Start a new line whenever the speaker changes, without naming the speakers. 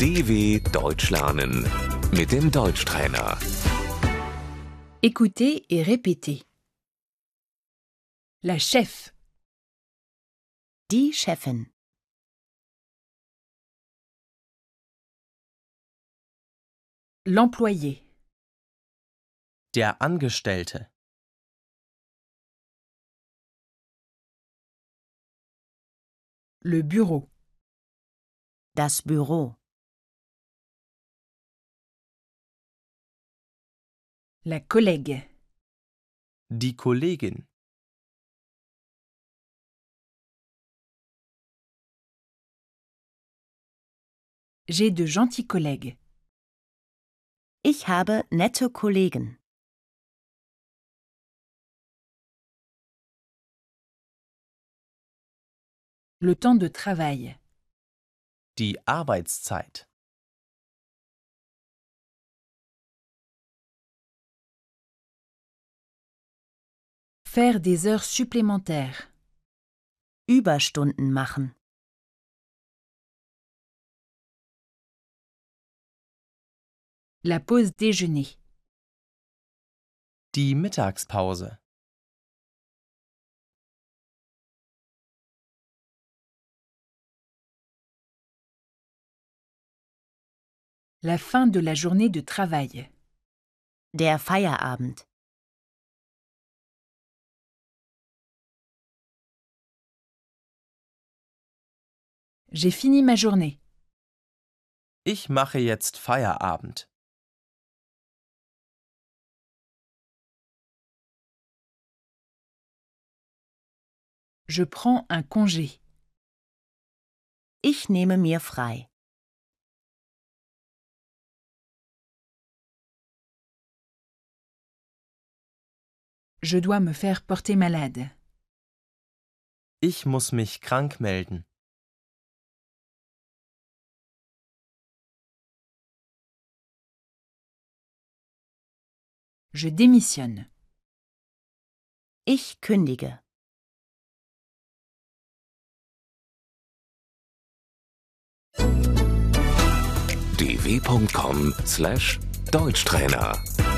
DW Deutsch lernen mit dem Deutschtrainer.
Écoutez et répétez. La chef. Die Chefin. L'employé.
Der Angestellte.
Le bureau. Das Büro. La collègue.
Die Kollegin.
J'ai de gentils collègues. Ich habe nette Kollegen. Le temps de travail.
Die Arbeitszeit.
Faire des heures supplémentaires. Überstunden machen. La pause déjeuner.
Die Mittagspause.
La fin de la journée de travail. Der Feierabend. J'ai fini ma journée.
Ich mache jetzt Feierabend.
Je prends un congé. Ich nehme mir frei. Je dois me faire porter malade.
Ich muss mich krank melden.
Je démissionne. Ich kündige.
dw.com/deutschtrainer